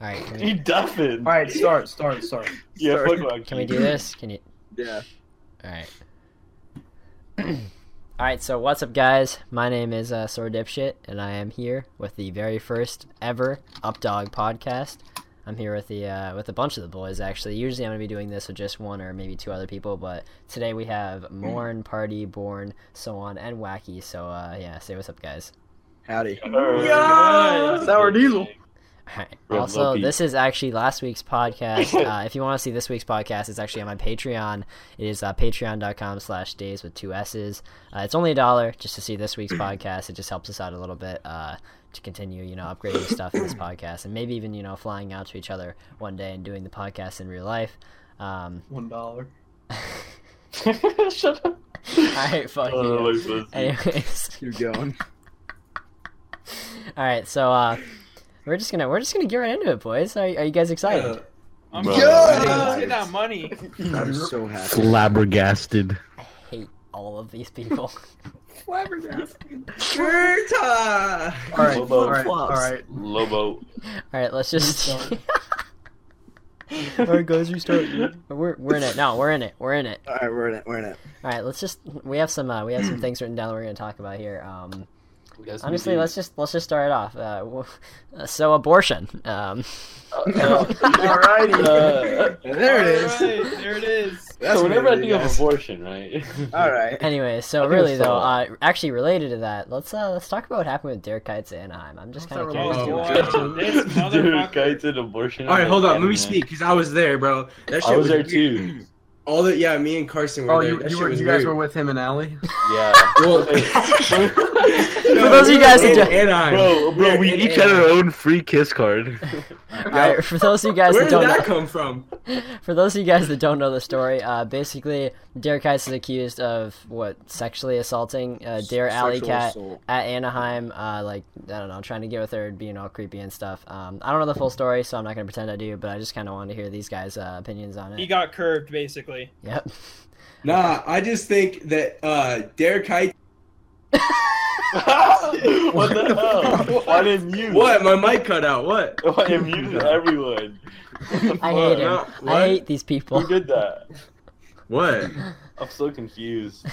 All right, can You we, duffin. All right, start, start, start. Yeah, Sorry. fuck Loki. can we do this? Can you? Yeah. All right. All right. So what's up, guys? My name is uh, Sword Dipshit, and I am here with the very first ever Updog podcast. I'm here with the uh, with a bunch of the boys. Actually, usually I'm gonna be doing this with just one or maybe two other people, but today we have Morn, Party, Born, so on, and Wacky. So uh, yeah, say what's up, guys. Howdy. Alright. Yeah! Sour diesel. Alright. Real Also, low-key. this is actually last week's podcast. uh, if you want to see this week's podcast, it's actually on my Patreon. It is uh, patreon.com slash days with two S's. Uh, it's only a dollar just to see this week's podcast. It just helps us out a little bit uh, to continue, you know, upgrading stuff in this podcast and maybe even, you know, flying out to each other one day and doing the podcast in real life. Um, One dollar. Shut up. Alright, fuck Oh, you. like this. Anyways. Keep going. All right, so uh, we're just gonna we're just gonna get right into it, boys. Are, are you guys excited? I'm Bro. so Yeah! excited. Let's get that money. I'm so happy. flabbergasted. hate all of these people. Flabbergasted. All right, Lobo. all right, all right. Lobo. All right, let's just. Restart. all right, guys, restart. We're we're in it. No, we're in it. We're in it. All right, we're in it. We're in it. All right, let's just. We have some. Uh, we have some things written down. That we're gonna talk about here. Um, honestly, let's just let's just start it off. Uh, w- uh, so abortion. Um, All righty. Uh, There it is. Alright, there it is. That's so whenever I what it think is, of guys. abortion, right? All right. anyway, I so think really it's though, uh, solid. actually related to that, let's uh let's talk about what happened with Derek Kites at Anaheim. I'm just How's kind of that curious. related? to- Oh, Watch this Dude, motherfucker. kites and abortion. All right, hold on. Let me Yeah. speak because I was there, bro. That shit I was there weird. too. All the yeah, me and Carson were Oh, there. you, That you, shit were, was you guys weird. were with him and Allie. Yeah. Well- For those of you guys who in don't- Anaheim. bro, bro, Yeah, we it each is. had Had our own free kiss card. All right, for those of you guys Where that did don't that know, come from? For those of you guys that don't know the story, uh, basically, Dare Kite is accused of what sexually assaulting uh, Dare Alley Sexual Cat assault. at Anaheim. Uh, like I don't know, trying to get with her, and being all creepy and stuff. Um, I don't know the full story, so I'm not gonna pretend I do. But I just kind of wanted to hear these guys' uh, opinions on it. He got curved, basically. yep. Nah, I just think that uh, Derek Height. what the hell? Why didn't you? What? My mic cut out. What? Why muted everyone? What the I hate him. fuck? No, I what? hate these people. Who did that? What? I'm so confused.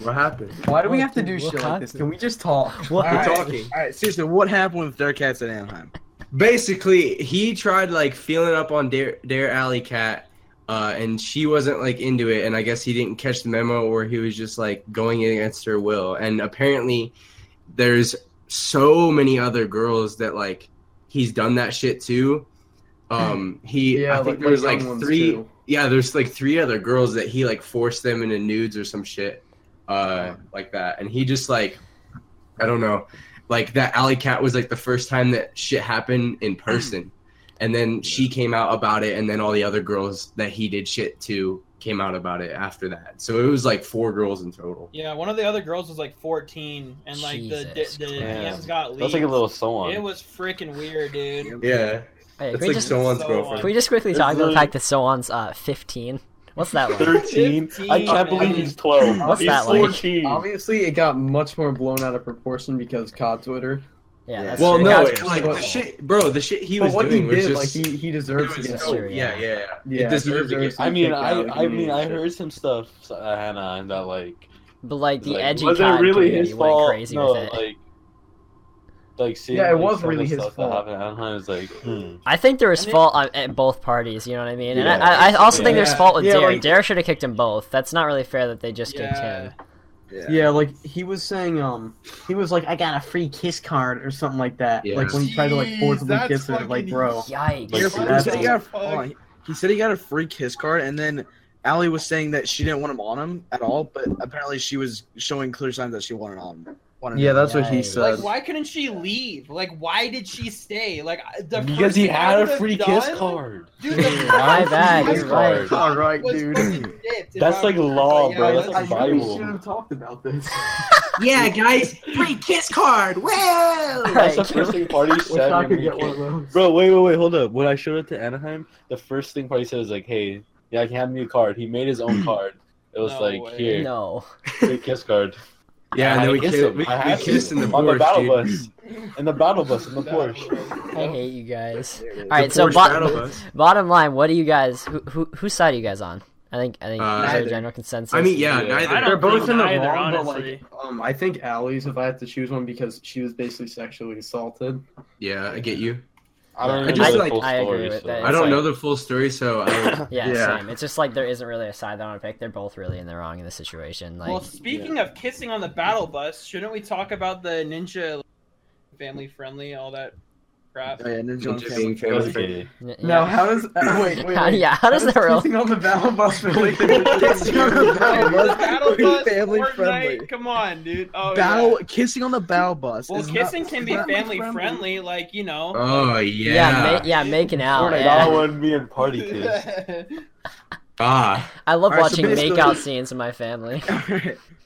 What happened? Why do we What have to the- do what shit like happened? this? Can we just talk? What? We're All right. talking. All right, seriously, what happened with Dare Cats at Anaheim? Basically, he tried like feeling up on Dare Dare Alley Cat, uh, and she wasn't like into it, and I guess he didn't catch the memo, or he was just like going against her will. And apparently, there's so many other girls that like he's done that shit to. Um, he I think there was like young ones, three. too. Yeah, there's like three other girls that he like forced them into nudes or some shit, uh, like that. And he just like, I don't know, like that alley cat was like the first time that shit happened in person, and then she came out about it, and then all the other girls that he did shit to came out about it after that. So it was like four girls in total. Yeah, one of the other girls was like 14, and like the Jesus the, the Christ. DMs got leaked. That's like a little someone. It was freaking weird, dude. Yeah, Hey, it's can, we like just, someone's so can girlfriend. we just quickly It's talk about the literally- fact that Soan's uh, 15? What's that like? 13? I can't believe he's 12. What's he's that like? 14. Obviously, it got much more blown out of proportion because COD Twitter. Yeah. Yeah. That's well, true. no, That's it's true. like the shit, bro. The shit he But was what he doing was did, just like he, he deserves to get. it was That's so- sued. true, yeah, yeah. yeah, yeah. Yeah, It deserved to deserves get to I mean, kicked I, out of I mean, I community. heard some stuff, uh, Hannah, and that like, But like the like, edgy was it COD really community his went fault? crazy no, with it. like, like seeing, Yeah, it like, was some of really the his stuff fault. That happened at Anaheim is like, hmm. I think there was And it- fault on, at both parties. You know what I mean? And Yeah. I, I also think there's Yeah. fault with Yeah, Dare. like- Dare should have kicked them both. That's not really fair that they just kicked him. Yeah, like he was saying, um, he was like, "I got a free kiss card" or something like that. Yeah. Like when he tried to like Jeez, forcibly that's kiss her, like fucking bro. Yikes! Like, Yeah, so but that's he, said all. he, got a, hold on, he- he said he got a free kiss card, and then Allie was saying that she didn't want him on him at all, but apparently she was showing clear signs that she wanted on him. Wanted Yeah, him. that's what Yeah. he Like, said. why couldn't she leave? Like, why did she stay? Like, I- the because first he thing I had a would've free done- kiss card. Dude, My bad, you're right. All right, was dude. fucking dipped, if That's I like was- law, yeah, bro. That's I- like I- Bible. really should have talked about this. Yeah, guys, free kiss card. Whoa! That's the Like, first thing party said. when we came- Bro, wait, wait, wait, hold up. When I showed up to Anaheim, the first thing party said was like, "Hey, yeah, I can have me a card." He made his own card. It was No like, way. "Here, no. free kiss card." Yeah, and I then we, kissed ki- him. we, I we had to. kissed in the on the Porsche, battle dude. bus. In the battle bus in the Porsche. I hate you guys. There it is. All right, The so Porsche bo- battle bus. bottom line, what do you guys? Who, who whose side are you guys on? I think I think Uh, there's a neither. general consensus. I mean, yeah, Yeah. neither. I They're don't both think in the either, wrong, but, like- honestly. Um, I think Allie's if I had to choose one because she was basically sexually assaulted. Yeah, I get you. I don't I even just know like- the full I agree story. with so- that. I It's don't like- know the full story, so I, Yeah, Yeah. same. It's just like there isn't really a side that I want to pick. They're both really in the wrong in this situation. Like, well, speaking of kissing on the battle bus, shouldn't we talk about the ninja family friendly, all that crap? Oh, yeah, Ninja on Ninja Camera. being That was family friendly. gay. n- Now, yeah. how does uh, wait, wait, How- wait. yeah, how does that roll? kissing on the battle bus relate to kissing on the battle The bus? battle bus, Family Fortnite, friendly. Come on, dude. Oh, battle yeah. kissing on the battle bus. Well, is not- kissing can be not family friendly, like you Uh, know. Oh yeah, yeah. ma- yeah, making Oh, out. Fortnite, Yeah. I want to be in party kids. ah, I love All right, so watching basically- makeout scenes in my family.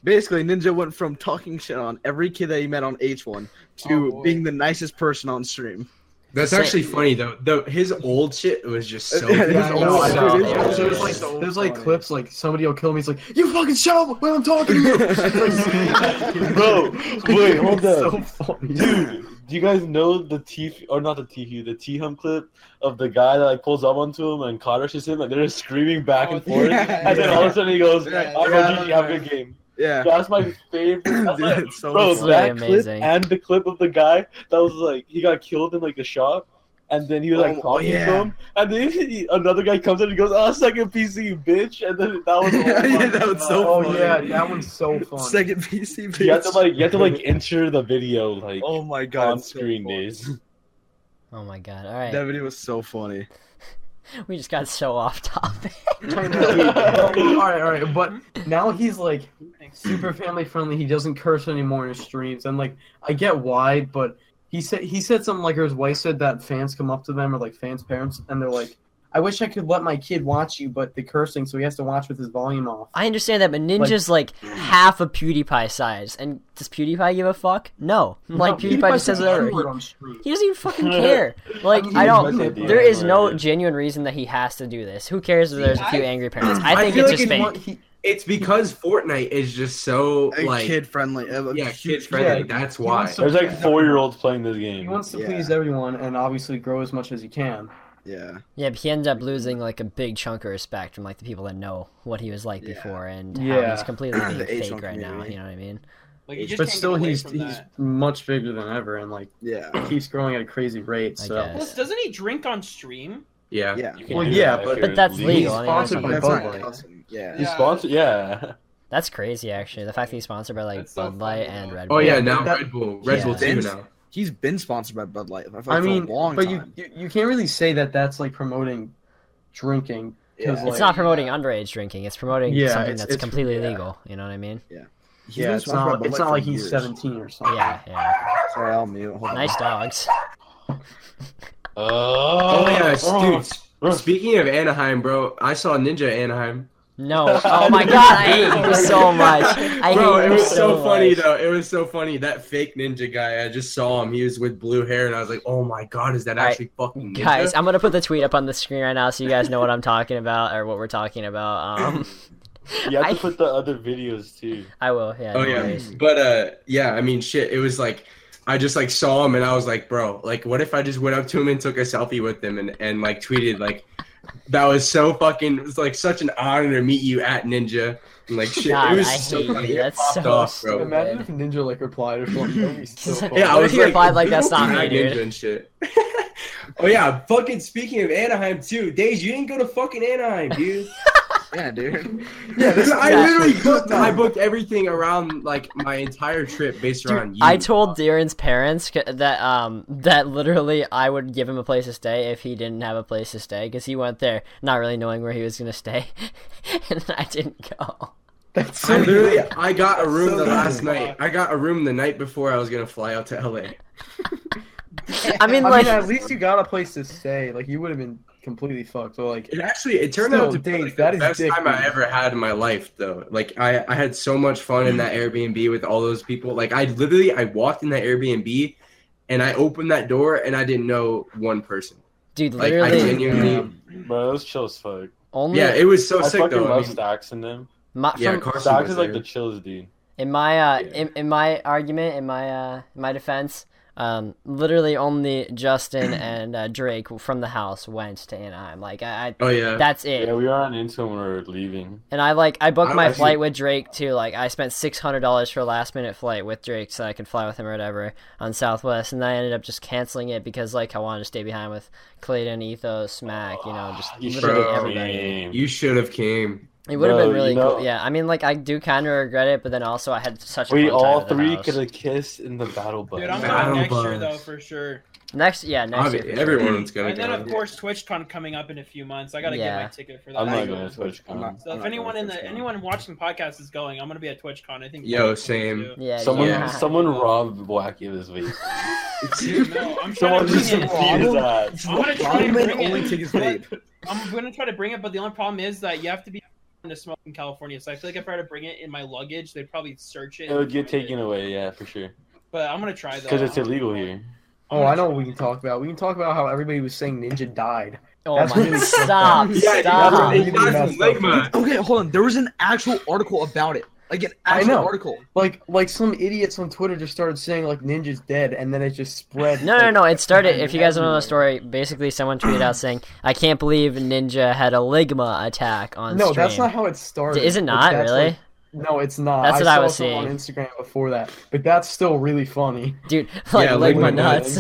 Basically, Ninja went from talking shit on every kid that he met on H1 Oh, to boy. being the nicest person on stream. that's Say- actually funny though. Though his old shit was just so. Yeah, Yeah, I It's know, all I so know. bad. There's, there's, like, there's like clips like somebody will kill me. He's like, "You fucking shut up when I'm talking to you." Bro, wait, hold It's so up. funny. Dude, do you guys know the T or not the T the T hum clip of the guy that like pulls up onto him and Connor shoots him and they're just screaming back Oh, and forth yeah, and then all of a sudden he goes, Yeah, "All yeah, right, GG, have a good game." Yeah. That's my favorite. That's Dude, like- it's so bro, funny. that Really clip amazing. and the clip of the guy that was like he got killed in like the shop. And then he was like Oh, talking to yeah. him, and then he, another guy comes in and goes, "Oh, second PC, you bitch!" And then that was, oh Yeah, my that was so God. Oh funny. yeah, that one's so funny. Second PC. You have to bitch. like, you have to like enter the video like Oh my god. on it's so screen funny. days. Oh my god! All right, That video was so funny. we just got so off topic. I know, dude. all right, all right, but now he's like super family friendly. He doesn't curse anymore in his streams, and like I get why, but he said he said something like or his wife said that fans come up to them or like fans' parents, and they're like, "I wish I could let my kid watch you, but the cursing, so he has to watch with his volume off." I understand that, but Ninja's like, half of PewDiePie size, and does PewDiePie give a fuck? No, like PewDiePie, just says whatever. He, he doesn't even fucking care. Like mean, I don't. he's messy at the There end, is no but- genuine reason that he has to do this. Who cares if there's a few I- angry parents? I I think feel it's like just it's fake. one- it's because Fortnite is just so like kid friendly. yeah, kid friendly. wants that's why. some- There's like four year olds playing this game. He wants to Yeah. please everyone and obviously grow as much as he can. Yeah. Yeah, but he ended up losing like a big chunk of respect from like the people that know what he was like Yeah. before and how Yeah. he's completely The being Asian fake right now. community. You know what I mean? Like, you just But can't still, get away he's from he's that. much bigger than ever, and like Yeah. keeps growing at a crazy rate. So guess. Plus, doesn't he drink on stream? yeah. Yeah. You can't Well, do yeah, that if but- you're But that's legal. legal. He's anyway, sponsored so- by That's Bud not Light. awesome. Yeah. He's Yeah. sponsored, yeah. That's crazy, actually. The fact that he's sponsored by like That's so Bud Light funny, and though. Red Bull. Oh yeah, Yeah, now that- Red Bull, Red Yeah. Bull too Ben's- now. He's been sponsored by Bud Light. For, I mean, for a long but you, time. you you can't really say that that's like promoting drinking. yeah. 'cause, It's like- not promoting underage drinking. It's promoting Yeah, something it's- that's it's- completely yeah. legal. You know what I mean? He's yeah, been it's sponsored by not. Bud It's Light not for like he's years. seventeen or something. Yeah, yeah. Sorry, I'll mute. Hold on. Nice dogs. Oh, Oh, yeah, s- oh. dude. s- Speaking of Anaheim, bro, I saw Ninja Anaheim. No. Oh my god, I hate you so much. I bro, hate it you was so, funny much. though. It was so funny. That fake ninja guy, I just saw him. He was with blue hair, and I was like, "Oh my god, is that Alright, actually fucking ninja? Guys, I'm gonna put the tweet up on the screen right now so you guys know what I'm talking about or what we're talking about. Um, You have I- to put the other videos too. I will. Yeah. oh no yeah, worries. but uh, yeah. I mean, shit. It was like I just like saw him, and I was like, "Bro, like, what if I just went up to him and took a selfie with him, and and like tweeted like." That was so fucking. It was like such an honor to meet you at Ninja, and like shit. God, it was I so hate you. funny. It That's popped so off, bro. stupid. Imagine if Ninja like replied or something. That'd be so funny. Yeah, I What if was he like, replied like, "That's not me, "Fuck dude." Ninja and shit. oh yeah, fucking speaking of Anaheim too, Days, you didn't go to fucking Anaheim, dude. Yeah, dude. yeah, this I Yeah. literally booked. I booked everything around like my entire trip based around you. I told Darren's parents c- that um that literally I would give him a place to stay if he didn't have a place to stay because he went there not really knowing where he was gonna stay, and I didn't go. That's so I literally, I got a room so the last good. night. I got a room the night before I was gonna fly out to LA. I mean, I like, mean, at least you got a place to stay. Like you would have been completely fucked. But like, It actually, it turned Still, out to be Dave, like, that the is best dick, time I man. ever had in my life, though. Like, I, I had so much fun in that Airbnb with all those people. Like, I literally, I walked in that Airbnb, and I opened that door, and I didn't know one person. dude, Like, I literally, genuinely, Yeah. Bro, that was chill as fuck. only yeah, it was so I sick fucking though. I love mean, Stacks and them. my, yeah, from, Carson Stacks was is like there. the chillest dude. In my uh, in, in my argument, in my uh, my defense, um, literally only Justin and uh, Drake from the house went to Anaheim. Like I, I Oh yeah. that's it. Yeah, we were on Intel when we were leaving. And I like I booked I my actually- flight with Drake too. Like I spent six hundred dollars for a last minute flight with Drake so I could fly with him or whatever on Southwest, and I ended up just canceling it because like I wanted to stay behind with Clayton, Ethos, Mac, you know, just Ah, You literally should've everybody. came. You should have came. It would have Bro, been you really know- cool. Yeah, I mean, like I do kind of regret it, but then also I had such. a fun We time all at the three house. could have kissed in the battle bus. Dude, I'm Battle going next year Buzz. though for sure. next. Yeah, next year. Obvi- for sure. everyone's gonna And then go. of course TwitchCon coming up in a few months. I gotta Yeah. get my ticket for that. I'm not So going to TwitchCon. So if anyone in the anyone watching the podcast is going, I'm gonna be at TwitchCon. I think. Yo, Black is same. too. Yeah, Someone, yeah. someone robbed Wacky this week. No, I'm Someone trying to bring just beat it. his ass. I'm gonna try to Solomon bring only it. takes but vape. I'm gonna try to bring it, but the only problem is that you have to be to smoke in California. So I feel like if I were to bring it in my luggage, they'd probably search it. It would get taken away, yeah, for sure. But I'm gonna try though. Because it's illegal here. Oh, I know what we can talk about. We can talk about how everybody was saying Ninja died. Oh That's my! really- Stop! Yeah, dude, stop! that's really messed up. Okay, hold on. There was an actual article about it. Like an I actual know. article. Like, like some idiots on Twitter just started saying like Ninja's dead, and then it just spread. No, no, like, no. It started. behind If you guys don't know the everywhere. story, basically someone tweeted out saying, "I can't believe Ninja had a ligma attack on No, stream." that's not how it started. Is it It's- not that's, really, like- no, it's not. That's what I saw was some on seeing. Instagram before that, but that's still really funny. dude? Like Yeah, ligma ligma nuts.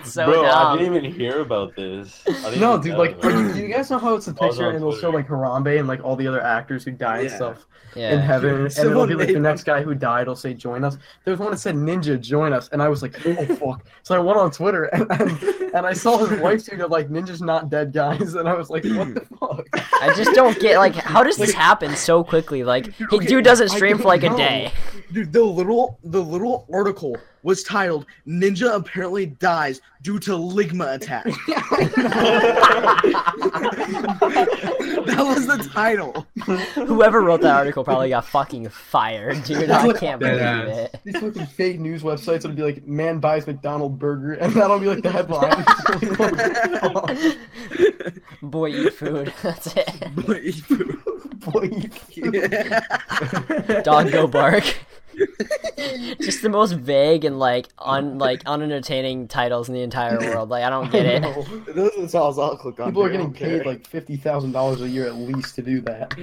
it's so Bro, I dumb. didn't even hear about this. I didn't No, even dude, know like, about are you, it. do you guys know how it's a I was picture on and it'll show Twitter. like Harambe and like all the other actors who died and Yeah. stuff in Yeah. heaven, and it'll Someone be like made the next guy who died will say join us. There's one that said Ninja join us, and I was like, oh fuck. So I went on Twitter and and, and I saw his wife tweet of like Ninja's not dead guys, and I was like, what the fuck? I just don't get like how does this happen so quickly? Like he Okay, dude doesn't I stream for don't like a know. day. Dude, the little the little article was titled "Ninja apparently dies due to ligma attack." that was the title. Whoever wrote that article probably got fucking fired, dude. I can't believe Deadass. it. These fucking fake news websites will be like, man buys McDonald burger, and that'll be like the headline. Boy, eat food. That's it. Dog go bark. Just the most vague and like un like unentertaining titles in the entire world. Like I don't get it. Those are the titles I'll click on. People are dude, I getting don't care. paid like fifty thousand dollars a year at least to do that.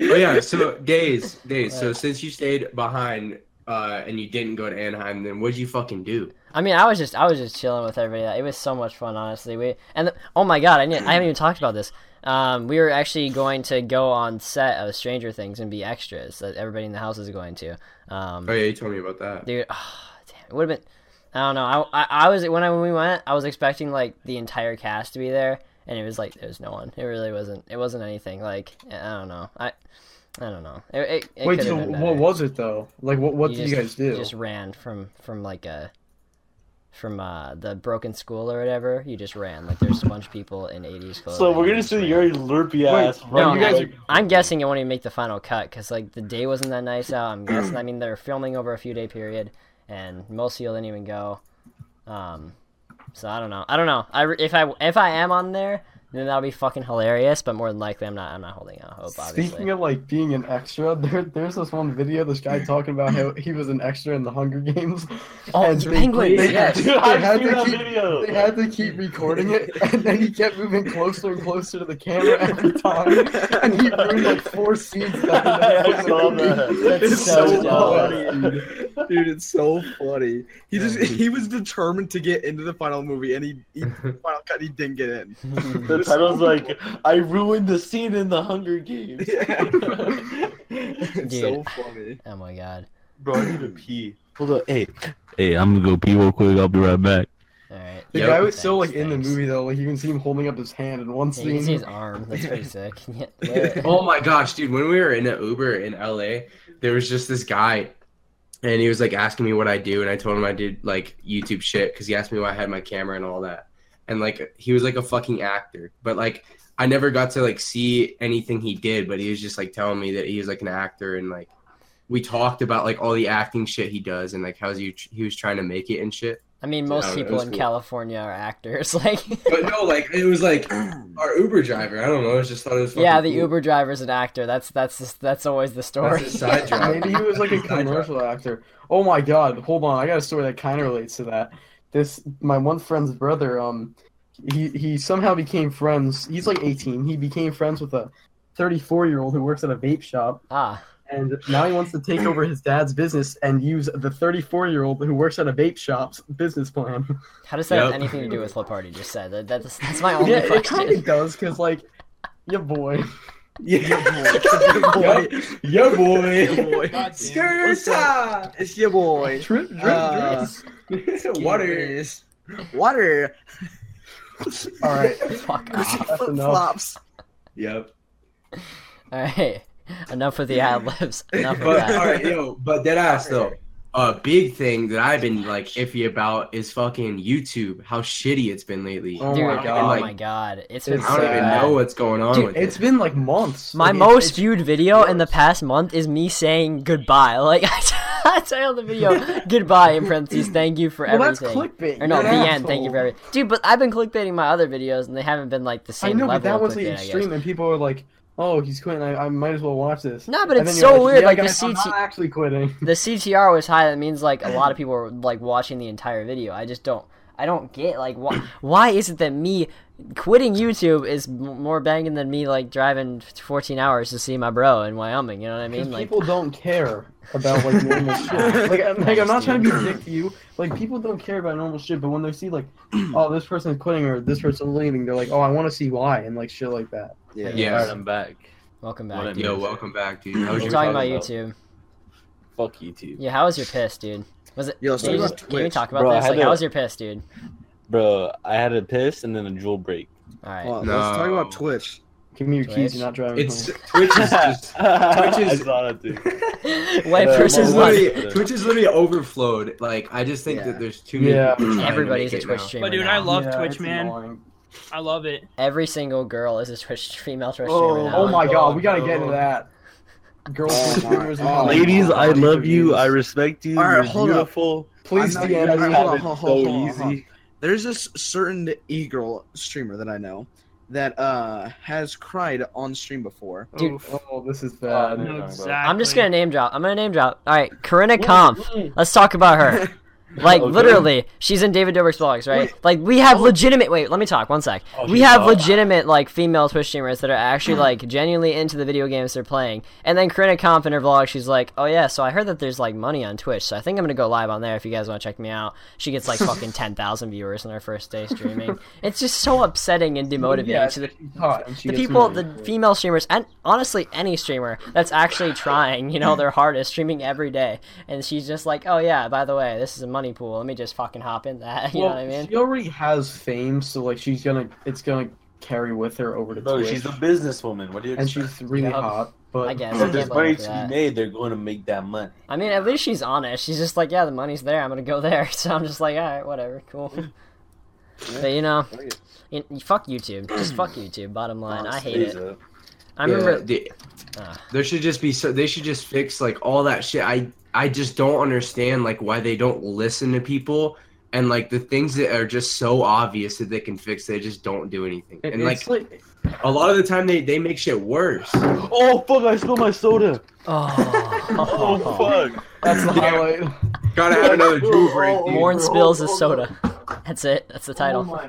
oh yeah. So days, days. So since you stayed behind uh, and you didn't go to Anaheim, then what'd you fucking do? I mean, I was just I was just chilling with everybody. It was so much fun, honestly. We and the, oh my god, I didn't, I haven't even talked about this. Um, we were actually going to go on set of Stranger Things and be extras that everybody in the house is going to. Um, Oh yeah, you told me about that. dude, ah, damn, it would have been. I don't know. I, I, I was when I when we went, I was expecting like the entire cast to be there, and it was like there was no one. It really wasn't. It wasn't anything. Like I don't know. I I don't know. It, it, it Wait, could've so been what better. was it though? Like, what what did you guys just- do? Just ran from from like a from uh the broken school or whatever. You just ran like there's a bunch of people in 80s clothes. So we're gonna see your lurpy ass. No, running you guys away. I'm guessing it won't even make the final cut because like the day wasn't that nice out. I'm guessing. I mean, they're filming over a few day period, and most people didn't even go. Um, so I don't know. I don't know. I re- if I if I am on there, then that'll be fucking hilarious. But more than likely, I'm not. I'm not holding out hope. Obviously. Speaking of like being an extra, there there's this one video this guy talking about how he was an extra in the Hunger Games. Oh, and it's they- penguins, they- yes. Dude, they I've had seen to that keep- video. They had to keep recording it, and then he kept moving closer and closer to the camera every time, and he ruined like four scenes. That I saw that. That's It's so so dumb. funny, dude. Dude, it's so funny. He just he was determined to get into the final movie, and he, he final cut he didn't get in. The title's like, I ruined the scene in the Hunger Games. it's so Dude. funny. Oh my god. Bro, I need to pee. Hold up, hey. Hey, I'm gonna go pee real quick. I'll be right back. All right. The Yep. guy was still like Thanks, in the thanks. movie though. Like you can see him holding up his hand in one Yeah, you can see his scene. arm. That's pretty sick. Yeah, where- Oh my gosh, dude! When we were in an Uber in LA, there was just this guy, and he was like asking me what I do, and I told him I did like YouTube shit because he asked me why I had my camera and all that, and like he was like a fucking actor, but like I never got to like see anything he did, but he was just like telling me that he was like an actor, and like we talked about like all the acting shit he does, and like how he he was trying to make it and shit. I mean, No, most it people was in cool. California are actors. Like, But no, like it was like our Uber driver. I don't know. I just thought it was. Fucking yeah, the cool. Uber driver's an actor. That's that's just, that's always the story. That's a side job. Maybe he was like a commercial actor. Oh my god, hold on, I got a story that kind of relates to that. This my one friend's brother, um, he he somehow became friends. He's like 18. He became friends with a 34 year old who works at a vape shop, ah, and now he wants to take over his dad's business and use the 34 year old who works at a vape shop's business plan. how does that have Yep. anything to do with what Party just said? That, that's that's my only yeah, it question. kind of does, cause like, yeah, boy. Yup. Yeah, boy. God damn. What's up? It's your boy. Drip, drip, Uh, Water. Yes. Water. drip. All right, Fuck off. that's Flip enough. flops. Yep. All right, enough with the ad libs. Enough of But all that. right, yo, but dead ass though. A big thing that I've been like iffy about is fucking YouTube. How shitty it's been lately. Oh Dude, my oh God. Like, my god, it's been It's I so don't even bad. know what's going on Dude, with it's it. been like months. My Like, it- most it's- viewed video in the past month is me saying goodbye. Like I titled the video "Goodbye" in parentheses. Thank you for Well, that's everything. clickbait. or no, you're the an end. Thank you asshole. for everything, dude. But I've been clickbaiting my other videos, and they haven't been like the I same know, level but that of was the clickbait. I guess. extreme, and people were like, "Oh, he's quitting. I, I might as well watch this." No, but And it's then you're so weird. "Yeah, like guys, the I'm CT, not actually quitting. the CTR was high. That means like a lot of people were like watching the entire video. I just don't. I don't get like why. Why is it that me quitting YouTube is m- more banging than me like driving 14 hours to see my bro in Wyoming? You know what I mean? Like people don't care about like normal shit. Like, I'm, like I'm not trying to be a dick to you. Like people don't care about normal shit, but when they see like, oh, this person's quitting or this person's leaving, they're like, oh, I want to see why and like shit like that. Yeah. Alright, I'm back. welcome What back. a- Yo, welcome back, dude. How was We're your talking about time? YouTube. Fuck YouTube. Yeah, how was your piss, dude? Was it? Yo, so Can you, about just- can you Twitch. talk about Bro, I this? had Like, to- how was your piss, dude? Bro, I had a piss and then a drool break. All right. Hold on, No. Let's talk about Twitch. Give me your Twitch? keys. You're not driving. It's home. Twitch is just I saw that too. White Uh, Twitch is versus well, what one. do you- literally Twitch is literally overflowed. Like I just think Yeah. that there's too many. Yeah. people trying to Everybody's a make it Twitch now. streamer. But dude, now. I love Yeah, Twitch, it's man. annoying. I love it. every single girl is a Twitch female Twitch Oh, streamer. now. Oh my god, Oh, we gotta get no. into that. Girls, Oh my- streamers and oh, how they- Ladies, how I they love you. views. I respect you. All right, You're hold up. beautiful. Please I'm not- DM All me. have right, hold on, it hold on, so hold on, hold on. easy. There's this certain e-girl streamer that I know that uh has cried on stream before. Dude. Oof. Oh, this is Oh, bad. no. exactly. I'm just gonna name drop. I'm gonna name drop. All right, Corinna Kampf. Let's talk about her. Like Okay. literally, she's in David Dobrik's vlogs, right? Like we have legitimate. Wait, let me talk one sec. Oh, we she's have hot. legitimate like female Twitch streamers that are actually like genuinely into the video games they're playing. And then Corinna Kampf in her vlog, she's like, "Oh yeah, so I heard that there's like money on Twitch, so I think I'm gonna go live on there if you guys want to check me out." She gets like fucking ten thousand viewers on her first day streaming. it's just so upsetting and demotivating Yeah, to the she's hot and she the gets people, money. the female streamers, and honestly any streamer that's actually trying, you know, their hardest, streaming every day, and she's just like, oh yeah, by the way, this is a money pool. Let me just fucking hop in that. You well, know what I mean? She already has fame, so like she's gonna, it's gonna carry with her over to Bro, Twitch, she's a businesswoman. What do you and expect? she's really Yeah. hot. But I guess. If I there's can't money blame her for to be that. made, they're going to make that money. I mean, at least she's honest. She's just like, yeah, the money's there. I'm gonna go there. So I'm just like, all right, whatever, cool. But you know, you, you- fuck YouTube. Just fuck YouTube. Bottom Oh, line, I hate it. Lisa. I remember. Yeah, the- Ah. there should just be so they should just fix like all that shit. I I just don't understand like why they don't listen to people and like the things that are just so obvious that they can fix. They just don't do anything. it- And like it's like, a lot of the time they they make shit worse. Oh fuck! I spilled my soda. Oh Oh. fuck! that's the highlight. Gotta have another Drew break. dude. Morn spills his soda. That's it. That's the Oh title.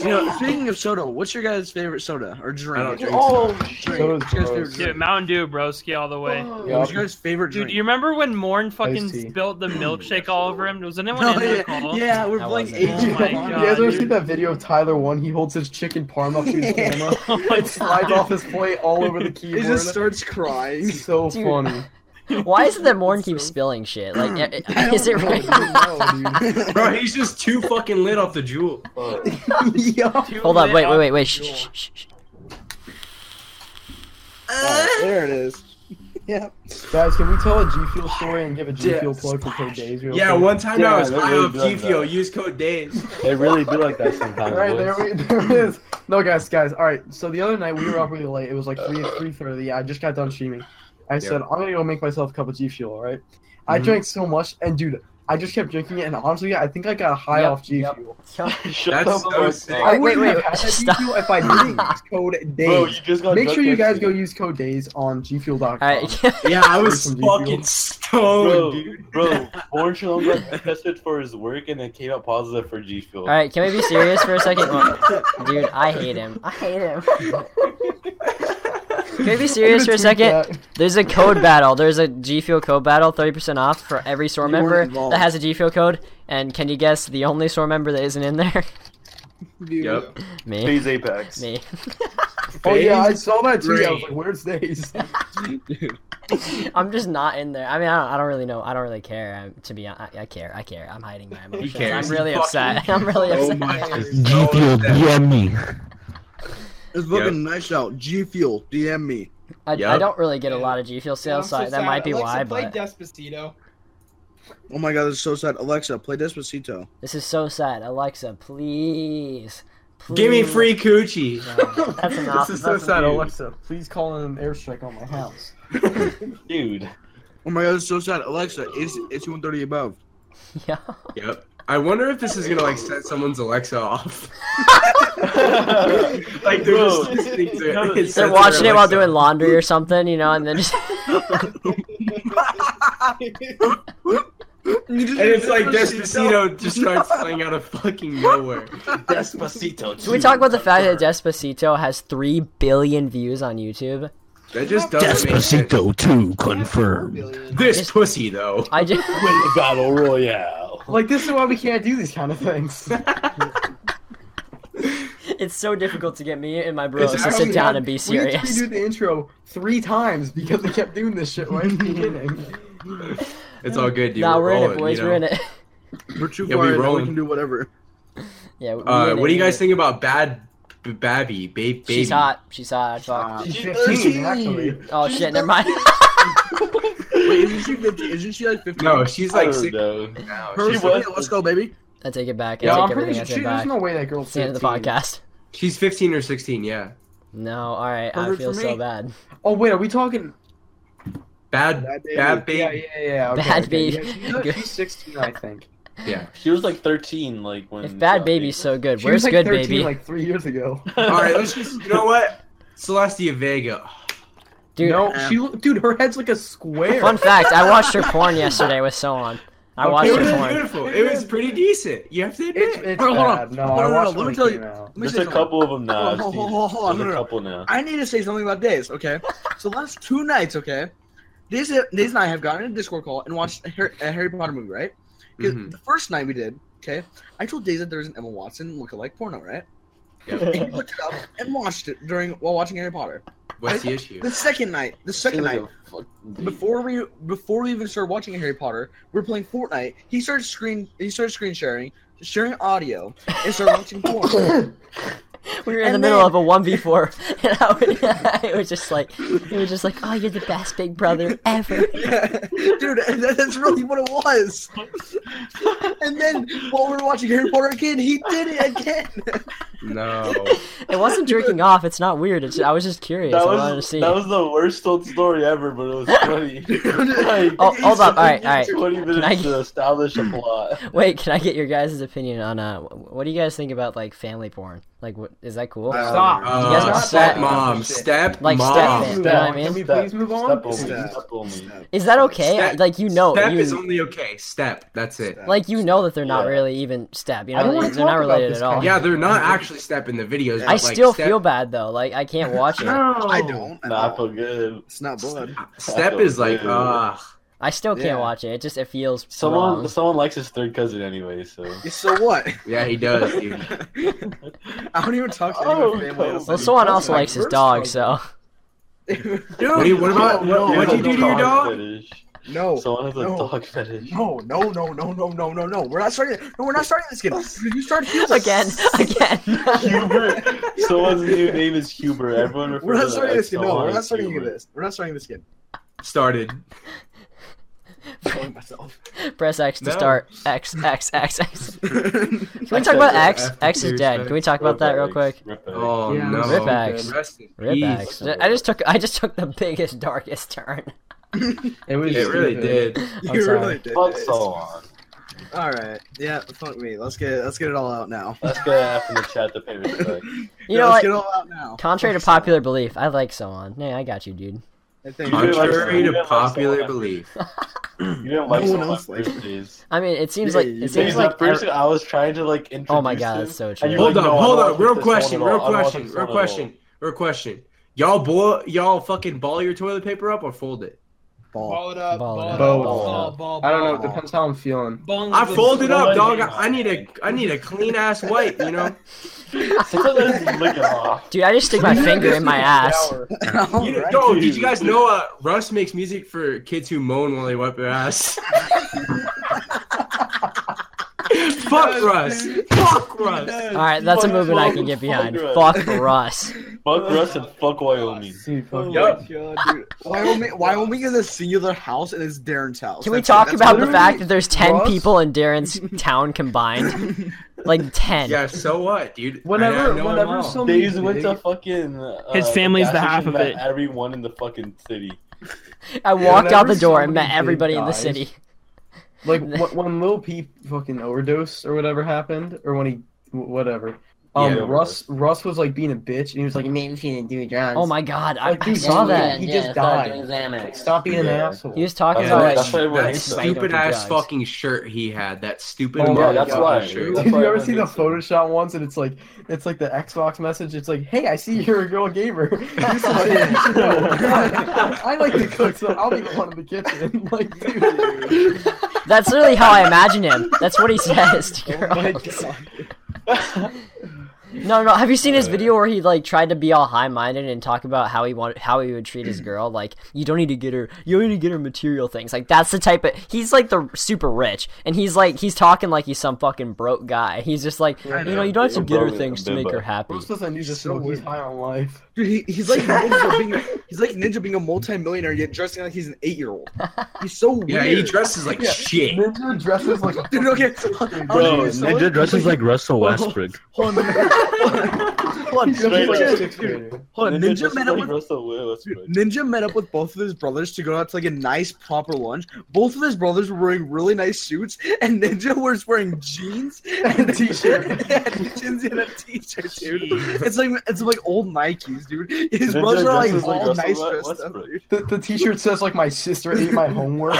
You know, speaking of soda, what's your guys' favorite soda or drink? I don't drink Oh Drink. Soda's What's your gross. guys' favorite Dude, drink? Mountain Dew, broski, all the way. Oh Yeah, What's your guys' favorite drink? Dude, you remember when Morn fucking Iced tea. spilled the milkshake all over him? Was anyone No, in the yeah, call? yeah, we're That playing wasn't- Age of Oh my Wonder. you God, guys ever dude. see that video of Tyler one? He holds his chicken parm up to his camera. Oh It slides off his plate all over the He keyboard. just starts crying. It's so Dude. funny. Why is it that Morn keeps spilling shit? Like, i- i- is it I right? don't know, dude. Bro, he's just too fucking lit off the jewel. fuck! Yo. Too Hold on, lit wait, wait, up wait, wait. Shh, fuel. shh, shh, shh. Oh, there it is. Yep. Guys, can we tell a G Fuel story and give a G Fuel plug for Code Days? Real Yeah, quick? one time I Yeah, was that high really off does Kifio, that. use code DAYS. They really do like that sometimes. All right, boys. there, we, there it is. No, guys, guys. All right. So the other night we were up really late. It was like three Uh. three thirty. I just got done streaming. I said I'm gonna go make myself a cup of G Fuel. All right? I Mm-hmm. Mhm. drank so much, and dude, I just kept drinking it, and honestly, I think I got high Yep, off G yep. Fuel. Shut That's up, so bro. sick. I Wait, wouldn't wait, have had that stop. G Fuel if I didn't use code Bro, you DAYS. just got Make drug sure you guys tested. go use code DAYS on gfuel.com. Alright, Yeah, I was Some G Fuel. fucking stoned, Bro, dude. bro, Born Shalom got tested for his work and it came out positive for G Fuel. alright, can we be serious for a second? Well, dude, I hate him. I hate him. Can we be serious for a second? There's a code battle. There's a G Fuel code battle, 30% off for every store You weren't member involved. that has a G Fuel code. And can you guess the only store member that isn't in there? Dude. Yep. Me. Phase Apex. Me. Oh yeah, I Phase saw that too. I was three. like, "Where's DAYS?" I'm just not in there. I mean, I don't, I don't really know. I don't really care. I, to be honest, I, I care. I care. I'm hiding my emotions. cares. I'm really Fucking- upset. I'm really Oh upset. my god. GTO DM me. It's fucking nice out. G Fuel, DM me. I, I Yep. don't really get a lot of G Fuel sales, so, I- that might be Alexa, why. Play But Despacito. Oh my god, this is so sad. Alexa, play Despacito. this is so sad. Alexa, please, please. Give me free coochie. No, that's enough. this is so That's sad, enough. Alexa. Please call in an airstrike on my house. Dude. Oh my god, this is so sad. Alexa, it's it's 130 above. Yeah. Yep. I wonder if this is gonna like set someone's Alexa off. like they're Bro. just listening to it. No, it. sets They're their watching it while Alexa. doing laundry or something, you know, and then just And it's like Despacito just starts playing out of fucking nowhere. Despacito. Can we talk about the fact that Despacito has three billion views on YouTube? That just doesn't make sense. Despacito 2 confirmed. Billion. This pussy though. I just Win the battle royale. Like this is why we can't do these kind of things. it's so difficult to get me and my bros It's to sit actually- down and be We had to serious. redo the intro three times because we kept doing this shit right at the beginning. It's all good, dude. Nah, we're in it, rolling, boys. you know? We're in it. We're too Yeah, far we in, now we rolling. can do whatever. Yeah. we- we're Uh, in it, what do you we're guys in it. think about Bad B- Babby? Ba- baby. She's hot. She's hot. Fuck. Uh, She's She- 15, actually. Oh shit. Never mind. Wait, isn't she 50? Isn't she like 50? No, she's I like don't six know. now. Her she She's, Sophia, was- Let's go, baby. I take it back. I Yeah, take I'm everything pretty I sure take she, back. there's no way that girl's It's the end of the 15. podcast. she's fifteen or sixteen. Yeah. No. All right. I Perfect feel for so me. bad. Oh wait, are we talking? Bad Bad baby. Yeah, Bad Baby. yeah, yeah. Okay, Bad okay. baby. Yeah, she's not- Good. she's 16, I think. Yeah. She was like 13, like when. If bad uh, baby's so good, She where's was like good 13 baby? like three years ago. All right. Let's just. You know what? Celestia Vega. Dude. no, um, she lo- dude, her head's like a square. Fun fact: I watched her porn yesterday with someone. I Okay, watched It her was porn. beautiful. It was pretty decent. You have to It's, admit. it's Hold on, bad. No, hold I on, watched let me when it tell came you- out. Let me There's say a something. Oh, couple of them now. Hold on, I've seen. hold on, hold on, There's a hold on. couple now. I need to say something about this, okay? So last two nights, okay, this this and I have gotten a Discord call and watched a Harry, a Harry Potter movie, right? 'Cause Mhm. The first night we did, okay, I told Days that there was an Emma Watson lookalike porno, right? And he looked it up and watched it during while watching Harry Potter. What's the issue? The second night, the second night, before we before we even started watching Harry Potter, we were playing Fortnite. He started screen he started screen sharing, sharing audio, and started watching porn. We were in And the middle then- of a one v four, and I was, it was just like, it was just like, oh, you're the best big brother ever. Yeah. Dude, and that- that's really what it was. and then while we were watching Harry Potter again, he did it again. No. It wasn't jerking off. It's not weird. It's, I was just curious. That I wanted to was, see. that was the worst told story ever, but it was funny. like, Oh, hold up. All right, all right. 20 Can I- minutes to establish a plot. Wait, can I get your guys' opinion on uh, what do you guys think about like family porn? Like, what is that cool? Stop. You guys Uh, got that? stepmom. Step Like mom. stepdad. Move You know what I on. mean? Can we Step- please move Step on? only. Step. Step only. is that okay? Step- like, you know, step you is only okay. Step. That's it. like you know that they're not Yeah. really even step. You I don't know, wanna they're not talk about related this at all. kind Yeah, they're not actually step in the videos. I but, like, still step, feel bad though. Like, I can't watch it. No, Oh, I don't. at Nah, I all. feel good. It's not blood. Step is like, Dude. ah. I still can't Yeah. watch it. It just it feels Someone, wrong. someone likes his third cousin anyway, so. So what? yeah, he does, dude. I don't even talk to Oh, anyone. family. else. Well, someone That's else my likes his first dog, cousin. so Dude, What, do you- what about what, Someone what'd you has a do to your dog? fetish. no. Someone has a no. dog fetish. no, no, no, no, no, no, no, no. We're not starting. No, we're not starting this game. Dude, You start heels again, again. Hubert. Someone's new name is Hubert. Everyone refers We're not to starting this game. kid. No, we're not starting this. We're not starting this game. Started. I'm myself. Press X to No. start. X X X X. Dude, Can we talk about F- X? F- X is F- dead. Can we talk about that real quick? Oh Yeah, no. Rip Axe. Rest in Rip peace. X. I just took I just took the biggest darkest turn. It was It really stupid. did. I'm You sorry. really did. Fuck this. so on. All right. Yeah. Fuck me. Let's get let's get it all out now. Let's get F in the chat to pay respect. You Yeah, know let's what? get it all out now. Contrary to Fuck yourself. popular belief, I like someone. Yeah, I got you, dude. I think- Contrary Contrary to Yeah, popular that's- belief. You didn't like No no one one else liked it. days. I mean, it seems Yeah, like you it think seems Seems like the person every- I was trying to like introduce. Oh my God, him, that's so and true. you're Hold like, up, no, I hold don't up. like Real this question, one at real all. I don't like question, this real one at all. question, real question. Y'all boil, y'all fucking ball your toilet paper up or fold it? Ball. Ball it up. Ball it Ball it up. up. Ball it Ball, up. ball, I don't know. It ball. depends how I'm feeling. Bung I was a- fold it up, Somebody- dog. I need a, I need a clean ass wipe, you know. Sometimes you lick it off. Dude, I just stick my finger in my ass. You- Alright. no, did you guys know uh, Russ makes music for kids who moan while they wipe their ass? Fuck Russ. Fuck Oh Russ. All right, that's a Fuck movement I Russ. can get Fuck behind. Russ. Fuck Russ. Fuck Russ and fuck Wyoming. See, fuck Oh it. my God, dude. Wyoming, Wyoming is a singular house and it's Darren's house. Can we That's it. talk That's about the literally- fact that there's ten Russ? people in Darren's town combined? Like ten. Yeah, so what, dude? I, Whenever, I know I'm whenever wrong. some Days went to fucking. Uh, His family's gas the half station of met it. Everyone in the fucking city. I walked out the whenever door and somebody met everybody big in the dies- city. like wh- when Lil Peep fucking overdosed or whatever happened, or when he wh- whatever. Um, Yeah. Russ Russ was like being a bitch, and he was like, "Maybe she didn't do drugs." Oh my god, I, Like, I dude, saw yeah, that. He just died. Like, stop being an Yeah. asshole. He was talking Yeah, about. that's- That's why everyone That hates them. stupid ass Drugs. fucking shirt he had. That stupid. Oh my motherfucking God, that's why. shirt. That's why Have you ever everyone seen the hates him. Photoshop once and it's like it's like the Xbox message? It's like, hey, I see you're a girl gamer. He's like, "No, Oh I, I like to cook, so I'll be the one in the kitchen. Like, dude, That's really how I imagine him. That's what he says to Oh girls. No, no. Have you seen his video where he like tried to be all high-minded and talk about how he wanted, how he would treat his girl? Like, you don't need to get her, you don't need to get her material things. Like, that's the type of he's like the super rich, and he's like he's talking like he's some fucking broke guy. He's just like, you know, you don't have to get her things to make her happy. Russ doesn't need this. So So he's weird. high on life. Dude, he, he's like ninja being he's like ninja being a multimillionaire yet dressing like he's an eight year old. He's so weird. Yeah, he dresses like Yeah. shit. Ninja dresses like a Dude, okay. Oh, Bro, Ninja dresses like Russell Westbrook. Hold on, hold on, Straight Ninja- up. Dude, hold on, Ninja Ninja just met up like with Russell Willis, Dude, bro. Ninja met up with both of his brothers to go out to like a nice proper lunch. Both of his brothers were wearing really nice suits, and Ninja was wearing jeans and And a t-shirt. and jeans and a t-shirt, dude. It's like it's like old Nikes, dude. His Ninja brothers are like dresses like all Russell nice Wa- dressed up, Westbrook. dude. The, the t-shirt says like my sister ate my homework.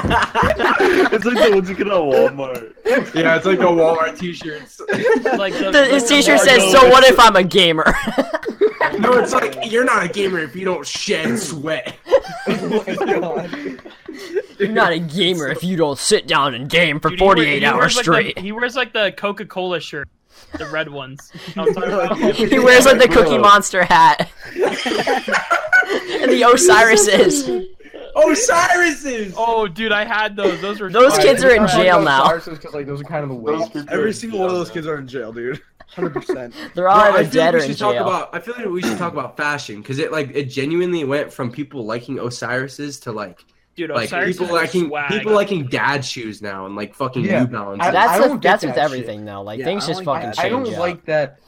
it's like the ones you get at Walmart. Yeah, it's like the Walmart t-shirts. Like the, The, his teacher Margo says, "So what if I'm a gamer?" No, it's like you're not a gamer if you don't shed sweat. Oh You're not a gamer if you don't sit down and game for Dude, he wear- 48 he hours wears, like, the- straight. he wears like the Coca Cola shirt, the red ones. You know what I'm talking about? He wears like the Cookie Monster hat. and the Osiris's. Oh, Osiris's. Oh, dude, I had those. Those were Those fire. kids are in jail now. Because like those are kind of the waste. Every single one of those kids are in jail, dude. Hundred percent. They're all Bro, either I feel like dead or we in should talk jail. about. I feel like we should talk about fashion because it like it genuinely went from people liking Osiris's to like Dude, like Osiris people is liking swag. people liking dad shoes now and like fucking Yeah. New Balance. I- I, that's I with- don't get that's with that everything though. Like Yeah, things I just don't fucking like change. I don't up. like that.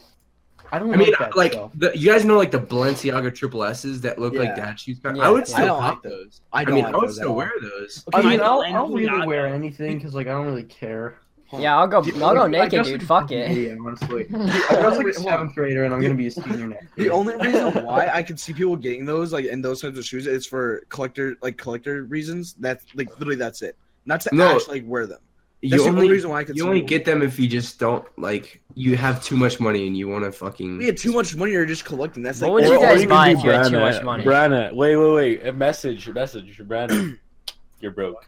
I don't mean, like that. like stuff. the, you guys know like the Balenciaga triple S's that look like Yeah. dad shoes. kind- Yeah, I would yeah. still I don't cop like those. those. I I, don't mean, like I would those at still all. wear those. I mean, Kinda I'll, I'll randomly really not wear though. anything because like I don't really care. Yeah, I'll go. I'll go Like, I naked, guess dude. I'm Fuck fucking it. idiot, honestly. I was like a seventh grader and I'm gonna be a senior next. The year. only reason why I could see people getting those, like in those types of shoes, is for collector, like collector reasons. That's like literally that's it. Not to No. actually like wear them. You That's the only only reason why I could. you see only people- get them if you just don't like you have too much money and you want to fucking. We had too much money. You're just collecting. That's What like. would you Or- or guys can buy do if you had too Branna. much money? Branna, wait, wait, wait. A message, a message, Branna. You're broke.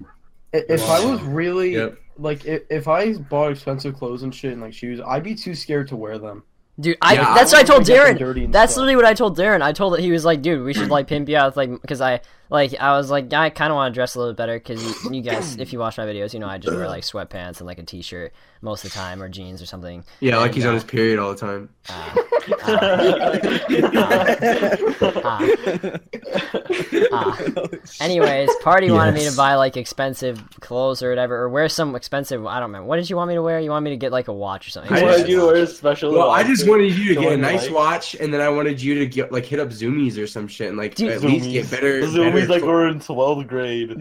I- if I was really Yep. like, if, if I bought expensive clothes and shit and like shoes, I'd be too scared to wear them. Dude, I, Yeah, that's I what I told wouldn't get them Darren. dirty and That's stuff. literally what I told Darren. I told that he was like, dude, we should like pimp you out, like, because I like I was like, I kind of want to dress a little better, because you, you guys, if you watch my videos, you know I just wear like sweatpants and like a t-shirt most of the time, or jeans or something. Yeah, like he's on his period all the time. Uh, uh, uh. Anyways, party wanted me to buy like expensive clothes or whatever, or wear some expensive. I don't remember. What did you want me to wear? You want me to get like a watch or something? I Expensive wanted you to watch. wear a special. Well, I just just wanted you to get a Showing nice likes. watch, and then I wanted you to get like hit up Zoomies or some shit, and like Dude, at least get Zoomies. better. This is when we, better like fo- we're in 12th grade.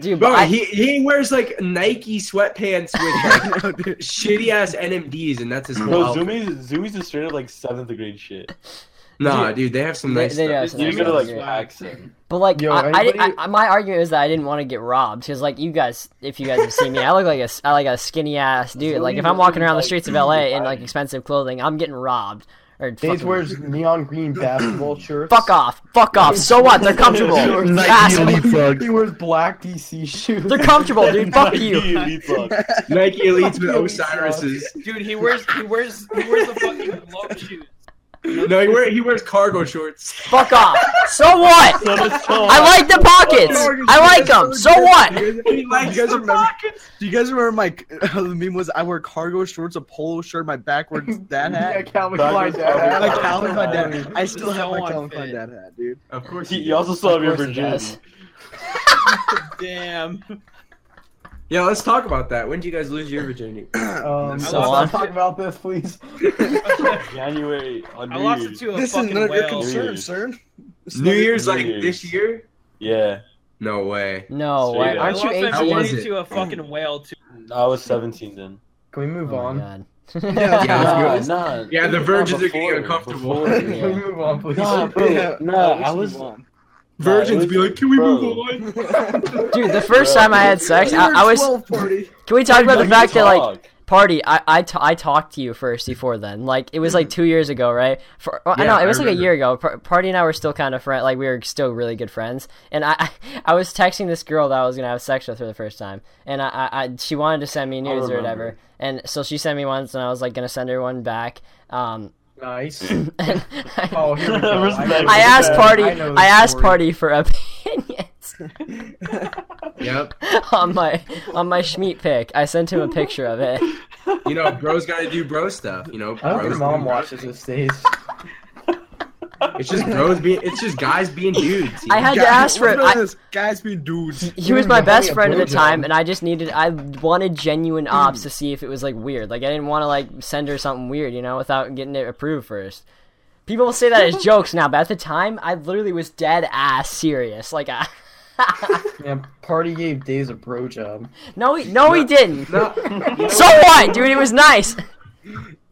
Dude, Bro, but I, he, he wears like Nike sweatpants with like, shitty ass NMDs, and that's his whole. Bro, outfit. Zoomies, Zoomies is straight up like seventh grade shit. Nah, dude, they have some They- nice. they stuff. That's you nice. gotta like Yeah. accent. but like Yo, I, I, didn't- anybody- I- my argument is that I didn't want to get robbed because like you guys, if you guys have seen me, I look like a s- I like a skinny ass dude. Like if I'm walking around the streets of LA in like expensive clothing, I'm getting robbed. Or Days fucking- wears neon green basketball shirts. fuck off, fuck off. So what? They're comfortable. Sure. You Nike asshole. elite plug. He wears black DC shoes. They're comfortable, dude. Fuck you. Nike elites with Fucking Osiris's. Dude, he wears he wears he wears the fucking love shoes. No, he wears he wears cargo shorts. Fuck off. So what? I like the pockets. I like them. So what? He Do you likes guys the remember? Do you guys remember my the meme was I wear cargo shorts, a polo shirt, my backwards dad yeah, hat. Calvin Back Klein is dad probably- hat. Um, My Calvin Klein dad hat. I still So have my Calvin unfit. Klein dad hat, dude. Of course. He You also still have your course he does. virginity. Damn. Yeah, let's talk about that. When did you guys lose your virginity? Um, So let's not on. talk about this, please. January. I lost it to a This is fucking none of your whale. concern, Weird. sir. New Year's like Year's. this year? Yeah, No way. No, Straight why- up. I aren't lost you my 18? How was virginity to a fucking whale too. I was 17 then. Can we move Oh my on? God. Yeah, let's go. nah, nah. Yeah, the virgins are getting Before- uncomfortable. before, Can yeah. we move on, please? Nah, bro. Yeah, Nah, let's I move was. on. Virgins be like, can we Bro. move on? Dude, the first time I had sex, I, I was. Can we talk about the You fact that like talk. party? I I, t- I talked to you first before then. Like it was Mm. like two years ago, right? For well, Yeah, no, it I was like a remember. year ago. Par- party and I were still kind of friend. Like we were still really good friends. And I I, I was texting this girl that I was gonna have sex with for the first time, and I I, I she wanted to send me nudes or remember. whatever. And so she sent me ones, and I was like gonna send her one back. Um, Nice. and I- Oh, here we go. Respect. know I Yeah, asked this- party. I know this asked story. party for opinions Yep. on my on my Schmeat pic. I sent him a picture of it. You know, bro's gotta do bro stuff, you know. I don't bros think mom do- watches this days. It's just bros being it's just guys being dudes. you I know? had to ask for it. I, Guys, guys be dudes. he was my Dude, best a friend at the blowjob. time, and I just needed. I wanted genuine ops to see if it was like weird. Like I didn't want to like send her something weird, you know, without getting it approved first. People say that as jokes now, but at the time, I literally was dead ass serious. Like, I, Yeah, party gave days a bro job. no, he, no, he didn't. No, So what, dude? It was nice.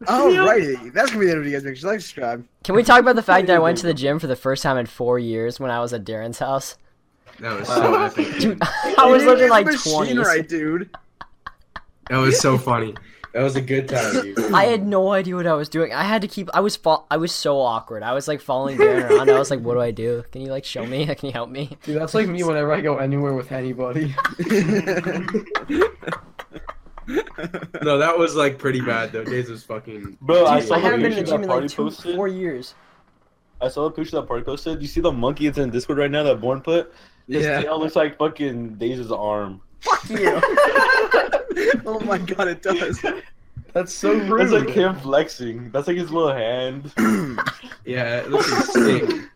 Alrighty, that's gonna be the end of you guys. Make sure you like, subscribe. Can we talk about the fact that I went to the gym for the first time in four years when I was at Darren's house? that was so epic. Dude, I was Dude, looking it's like machine, 20s. right, dude? That was so funny. That was a good time, dude. I had no idea what I was doing. I had to keep. I was fall. I was so awkward. I was like following Darren around. I was like, "What do I do? Can you like show me? Can you help me?" Dude, that's like me whenever I go anywhere with anybody. No, that was like pretty bad though. Days was fucking Bro, I Dude, I saw the haven't been to picture the gym that in like party two, posted. four years. I saw the picture that party posted. You see the monkey that's in Discord right now that Born put. His yeah. tail looks like fucking Deja's arm. oh my god, it does. That's so rude. That's like him flexing. That's like his little hand. Yeah, it looks insane.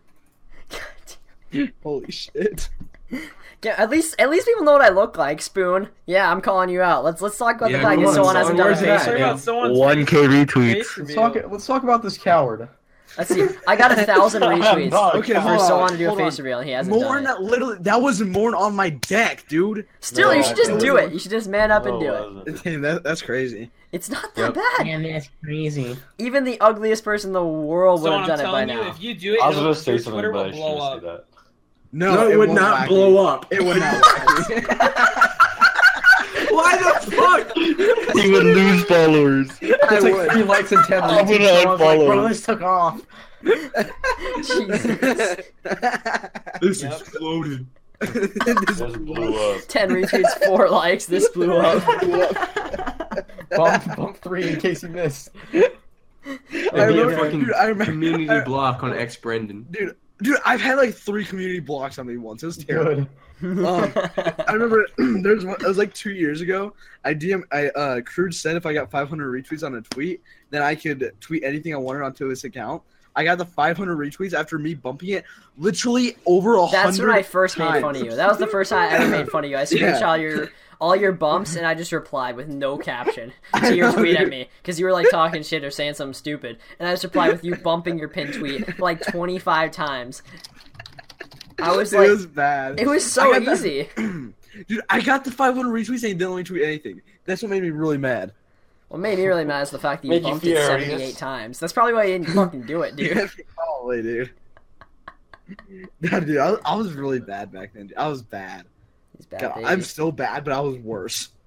Holy shit. Yeah, at least at least people know what I look like. Spoon. Yeah, I'm calling you out. Let's let's talk about Yeah, the fact come that on, someone hasn't someone done a where's face. that? Sorry yeah. about someone's One K retweets. face Let's reveal. talk. Let's talk about this coward. Let's see. I got a thousand retweets Dog, Okay, come for hold on. someone to do a hold on. face reveal, and he hasn't Morn, done it. literally, that was Morn on my deck, dude. Still, No, you should just it do wasn't. it. You should just man up No, and do it. wasn't. that, that's crazy. It's not that Yep. bad. Man, that's crazy. Even the ugliest person in the world would So have I'm done it by telling you, now. if you do it, I was it'll- gonna say your something, Twitter but I will blow shouldn't say up. that. No, No, it, would won't not whack blow you. up. It would not. whack you. Why the fuck? He would lose followers. It's I like would. three likes and ten I'm likes. gonna I was like, unfollow. bro, this took off. Jesus. This Yep. exploded. Just blew up. 10 retweets, 4 likes, this blew up. Bump, bump three in case you missed. I It'd be a remember- fucking dude, I remember- community block on ex Brendan. dude, dude, I've had like three community blocks on me once. It was terrible. Good. Um, I remember there's one. It was like two years ago. I DM. I uh, crude said if I got 500 retweets on a tweet, then I could tweet anything I wanted onto his account. I I got the 500 retweets after me bumping it literally over a hundred. That's when I first made fun of times. you. That was the first time I ever made fun of you. I Yeah. screenshot your all your bumps and I just replied with no caption I to your know, tweet at dude. me because you were like talking shit or saying something stupid, and I just replied with you bumping your pin tweet like 25 times. I was it like, was bad. it was so I got that- easy. Dude, I got the 500 retweets and it didn't only tweet anything. That's what made me really mad. What made me really mad is the fact that you Make you bumped it furious. 78 times. That's probably why you didn't fucking do it, dude. Probably, dude. Nah, dude, I, I was really bad back then. dude. I was bad. He's bad. God, baby. I'm still bad, but I was worse.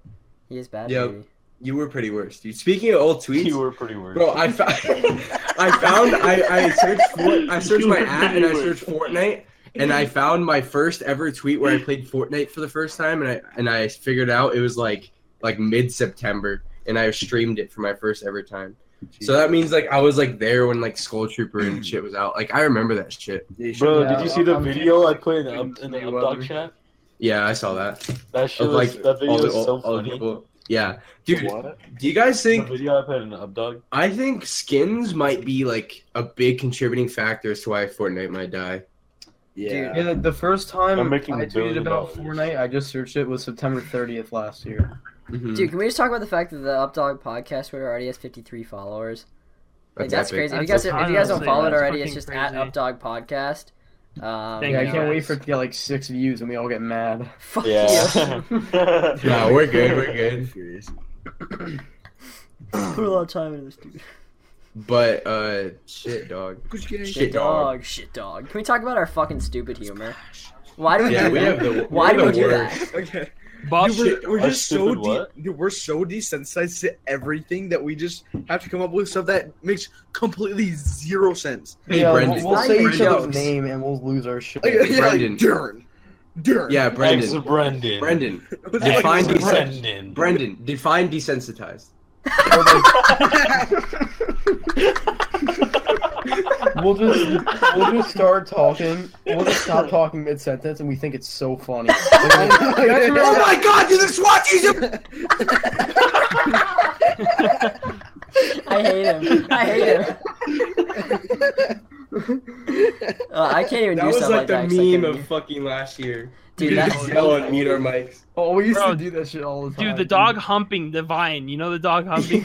He is bad. Yep. baby. You were pretty worse, dude. Speaking of old tweets, You were pretty weird. Bro, I, fo- I found I, I searched for, I searched my You app and I were- searched Fortnite and I found my first ever tweet where I played Fortnite for the first time and I and I figured out it was like like mid September and I streamed it for my first ever time. So that means like I was like there when like Skull Trooper and shit was out. Like I remember that shit. Bro, Yeah, did you see the I'm- video I put in the up, in the Mayweather. updog chat? Yeah, I saw that. That shit Of was, like that video all the, was so all, all the funny. people. Yeah, dude. What? Do you guys The think video I put in the updog. I think skins might be like a big contributing factor as to why Fortnite might die. Yeah, the, the first time I'm making I tweeted billion about dollars. Fortnite, I just searched it was September 30th last year. Mhm. Dude, can we just talk about the fact that the Updog podcast Twitter already has 53 followers? Like that's, epic. crazy. If you That's guys, That's if you guys don't honestly- follow it that's already, it's fucking just at crazy. Updog Podcast. Um, Thank Yeah, I you, can't guys. wait for it to get like six views and we all get mad. Fuck you. Yeah. No, we're good. We're good. Put a lot of time into this, dude. But uh, shit, dog. Shit, Shit dog. dog. Shit dog. Can we talk about our fucking stupid humor? Why do we Yeah, do we that? have the. Why we're do we the do worst. that? Okay. Oh, Bob, Dude, we're, we're A just so stupid de- what? dude, we're so desensitized to everything that we just have to come up with stuff that makes completely zero sense. Hey, yeah, Brendan. we'll, we'll say each Brendan. other's name and we'll lose our shit. Like, yeah, like, Brendan. Darren. Darren. Yeah, Brendan. Brendan. Brendan. Brendan. It was Yeah, like- fine, dude. Brendan. Brendan. Define desensitized. We'll just we'll just start talking. We'll just stop talking mid sentence and we think it's so funny. That's That's really- Oh my god, dude, the Swatches are. I hate him. I hate him. Uh, I can't even That do was stuff like, like the that. 'cause I meme can't- of fucking last year. dude, that's yell on mute our mics. Oh, we used Bro, to do that shit all the time. dude, the dog humping the vine. You know the dog humping.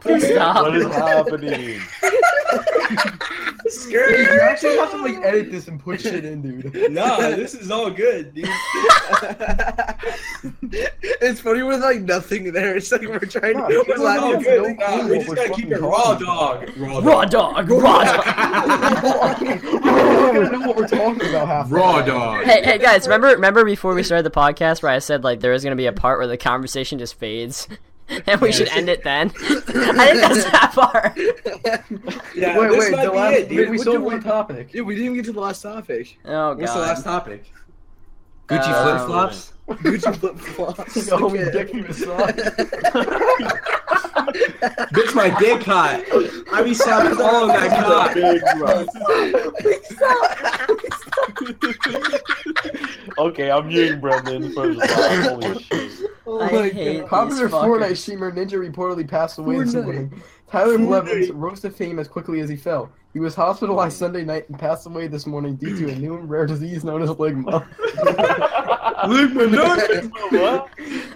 please stop. What is happening? Dude, you actually have to like edit this and put shit in, dude. Nah, this is all good, dude. it's funny with like nothing there. It's like we're trying No, to. people We're laughing. don't all at know. good. Nah, we just gotta keep it raw, dog. Raw, Raw dog. dog. Raw dog. we don't know what we're talking about half. the Raw time. dog. Hey, hey guys, remember remember before we started the podcast where I said like there was gonna be a part where the conversation just fades and we should end it then? I think that's that far. Yeah, Wait, this wait, might the be last, it, dude. wait, we What still do have one topic. Dude, we didn't even get to the last topic. Oh god. What's the last topic? Gucci Uh, flip-flops? Gucci flip flops. So ridiculous. Bitch, my dick hot. I be slapping all of that cock. Big one. okay, I'm muting Brendan for the laugh. Holy I shit. Oh my hate God. Popular these fuckers. Fortnite streamer Ninja reportedly passed away this Fortnite. morning. Tyler Fortnite. Blevins rose to fame as quickly as he fell. He was hospitalized Sunday night and passed away this morning due to a new and rare disease known as ligma. Luke, my dick. what?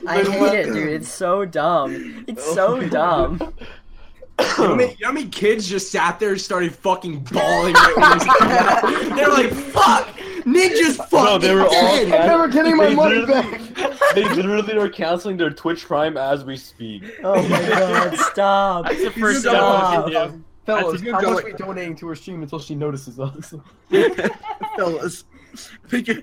I hate it, dude. It's so dumb. It's so dumb. You know, how many- you know how many kids just sat there and started fucking bawling? Right when they said that? They're like, "Fuck, ninjas, fucking Bro, they were all dead." I'm never getting my They money literally- back. They literally are canceling their Twitch Prime as we speak. Oh my god, stop. That's the first thing Stop. I can do. Fellas, That's a how good much going. we donating to her stream until she notices us? Fellas. Pick your.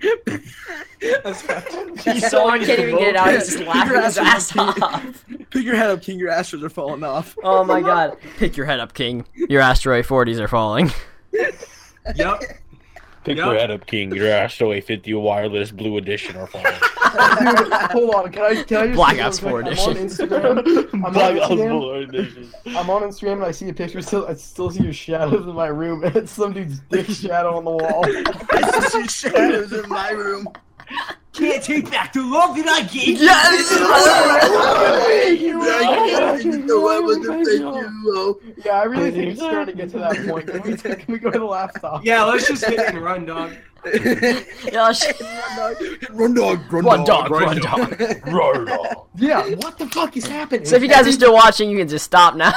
That's fine. He's so I can't even get it out. He's just laughing his ass off. Pick your head up, King. Your astros are falling off. Oh my god. Pick your head up, King. Your asteroid 40s are falling. Yep. Pick Yep. your head up, King. Your Astaway 50 wireless blue edition or fine. Dude, hold on. Can I? Can I just? Black say Ops real quick, 4 I'm on Instagram. on Black Ops Instagram. blue edition. I'm on Instagram and I see a picture. Still, I still see your shadows in my room, and it's some dude's dick shadow on the wall. I see shadows in my room. Can't take back the love that I gave. Yeah, this is I didn't know I was you, Yeah, I really think it's starting to get to that point. Can we, can we go to the last topic? Yeah, let's just hit and run, dog. Yeah, sh- Run dog, run Run dog, dog, run dog. Roar. Yeah, what the fuck is happening? So if you guys are still watching, you can just stop now.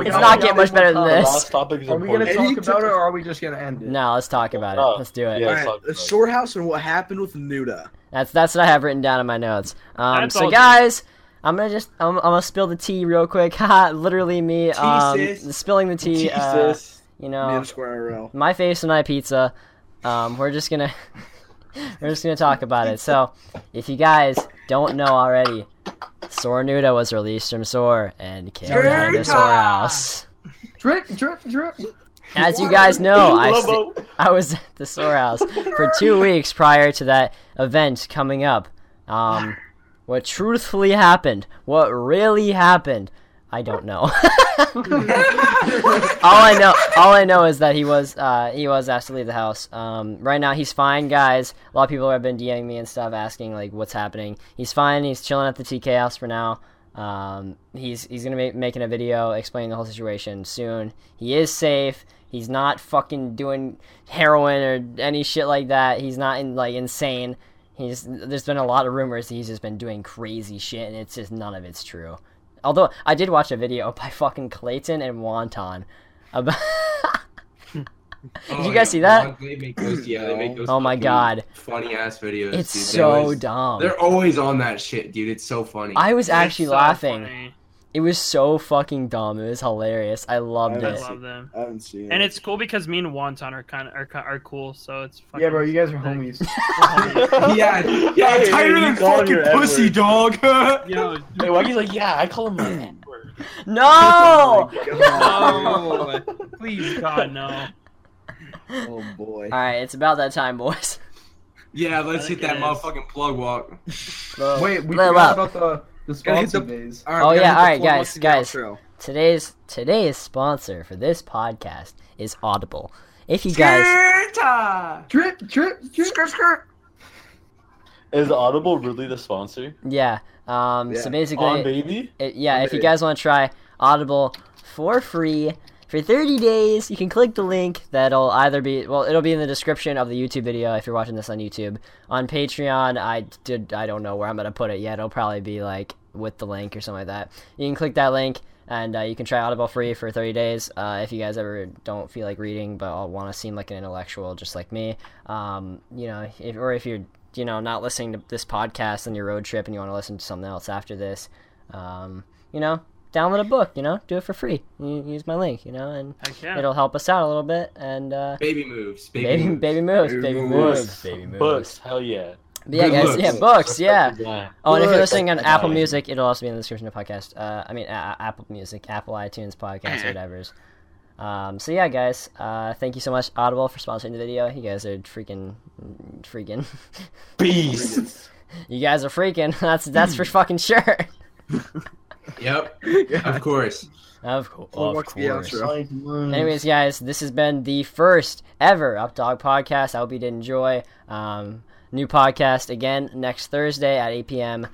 It's not getting much better than The this. last topic is Are we gonna important. talk Any about it or are we just gonna end it? No, let's talk about Oh, it. Let's do it. yeah. Alright, the storehouse and what happened with Nuda. That's that's what I have written down in my notes. Um, That's so all- guys, I'm gonna just I'm, I'm gonna spill the tea real quick. Ha, Literally me um, sis. spilling the tea. Uh, Jesus. you Man, know, square IRL. my face and I pizza. Um, we're just gonna we're just gonna talk about it. So if you guys don't know already, Sora Nuda was released from Sora and came out of the Sora house. Drip, drip, drip. As you guys know, I st- I was at the Sore House for two weeks prior to that event coming up. Um, what truthfully happened, what really happened, I don't know. all I know, all I know is that he was, uh, he was asked to leave the house. Um, right now he's fine, guys. A lot of people have been DMing me and stuff, asking like what's happening. He's fine. He's chilling at the TK house for now. Um, he's he's gonna be making a video explaining the whole situation soon. He is safe. He's not fucking doing heroin or any shit like that. He's not in, like insane. He's there's been a lot of rumors that he's just been doing crazy shit, and it's just none of it's true. Although I did watch a video by fucking Clayton and Wonton about. Oh, Did you guys see that? They make those, yeah, they make those Oh my fucking god, funny ass videos. it's dude. They so always- dumb. They're always on that shit, dude. It's so funny. I was actually so laughing. funny. It was so fucking dumb. It was hilarious. I loved I it. love them. I haven't seen it. And it's cool because me and Wonton are kind of are, ki- are cool, so it's fucking Yeah, bro, you guys are homies. yeah, yeah, Hey, I'm tired hey, you of call fucking your N-word. pussy, dog. Yo, Wait, Waggy's like, yeah, I call him my N-word. No. no. please God no. oh boy. All right, it's about that time, boys. yeah, let's hit that Yes. motherfucking plug walk. Wait, we Lil forgot up. about the the Gotta hit sponsor the- days. All Oh, we gotta yeah, hit the alright, plug guys, once to the guys. outro. Today's today's sponsor for this podcast is Audible. If you guys Drip, drip, drip. Is Audible really the sponsor? yeah, um so Yeah. On basically baby? it, yeah, if you baby. guys want to try Audible for free for 30 days, you can click the link that'll either be well, it'll be in the description of the YouTube video if you're watching this on YouTube. On Patreon, I did I don't know where I'm going to put it yet. It'll probably be like with the link or something like that. You can click that link and uh, you can try Audible free for 30 days. Uh, if you guys ever don't feel like reading but want to seem like an intellectual just like me, um, you know, if, or if you're you know not listening to this podcast on your road trip and you want to listen to something else after this, um, you know, download a book. You know, do it for free. You, use my link. You know, and Heck yeah. it'll help us out a little bit. And uh, Baby moves, baby, baby, moves. baby moves, Baby baby moves. moves, baby moves. Books, hell yeah. But yeah, Good guys, looks. yeah, books, yeah. Yeah. Oh, and if you're Books. listening on Got Apple it. Music, it'll also be in the description of the podcast. Uh, I mean, uh, Apple Music, Apple iTunes podcast, or whatever's. Um, so yeah, guys, uh, thank you so much, Audible, for sponsoring the video. You guys are freaking, freaking. Beast. You guys are freaking. That's that's for fucking sure. Yep, of course. Of, co- Plug of walk to the course. outro. Mm. Anyways, guys, this has been the first ever Up Dog podcast. I hope you did enjoy. Um, new podcast again next Thursday at 8 p.m.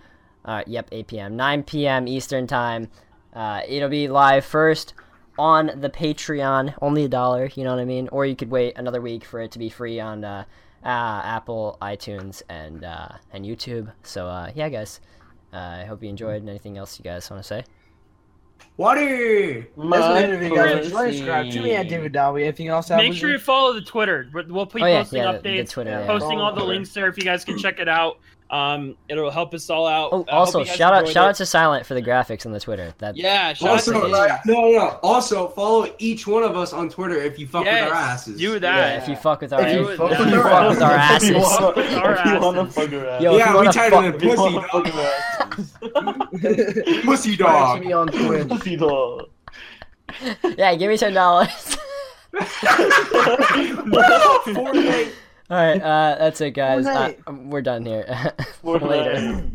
Uh, yep, 8 p.m. 9 p.m. Eastern time. Uh, it'll be live first on the Patreon, only a dollar. You know what I mean? Or you could wait another week for it to be free on uh, uh, Apple, iTunes, and uh, and YouTube. So uh, yeah, guys, uh, I hope you enjoyed. Anything else you guys want to say? Water. That's what My we did, you guys. pussy. Like, subscribe to me at David Dobby. Anything else? I Make was- sure you follow the Twitter. We're- We'll be Oh, yeah, posting yeah, the- the updates, Twitter, yeah. posting all the Follow links there. If you guys can check it out, um, it'll help us all out. Oh, I hope also you guys shout out enjoyed shout it. out to Silent for the graphics on the Twitter. That yeah, shout Also, out to like- no, no, no. Also, follow each one of us on Twitter if you fuck Yes, with our asses. Do Yeah, that. if you fuck with our, you if fuck you with our fuck with our If asses, you wanna- Our If you wanna asses. fuck her ass. Yo, if you yeah, we wanna tied fuck- him in If you pussy wanna fuck her dog. asses. Pussy Actually, dog. be on Twitch. Pussy dog. yeah, give me ten dollars. Fortnite. All right, uh, that's it, guys. Uh, Fortnite. we're done here. Fortnite. Later.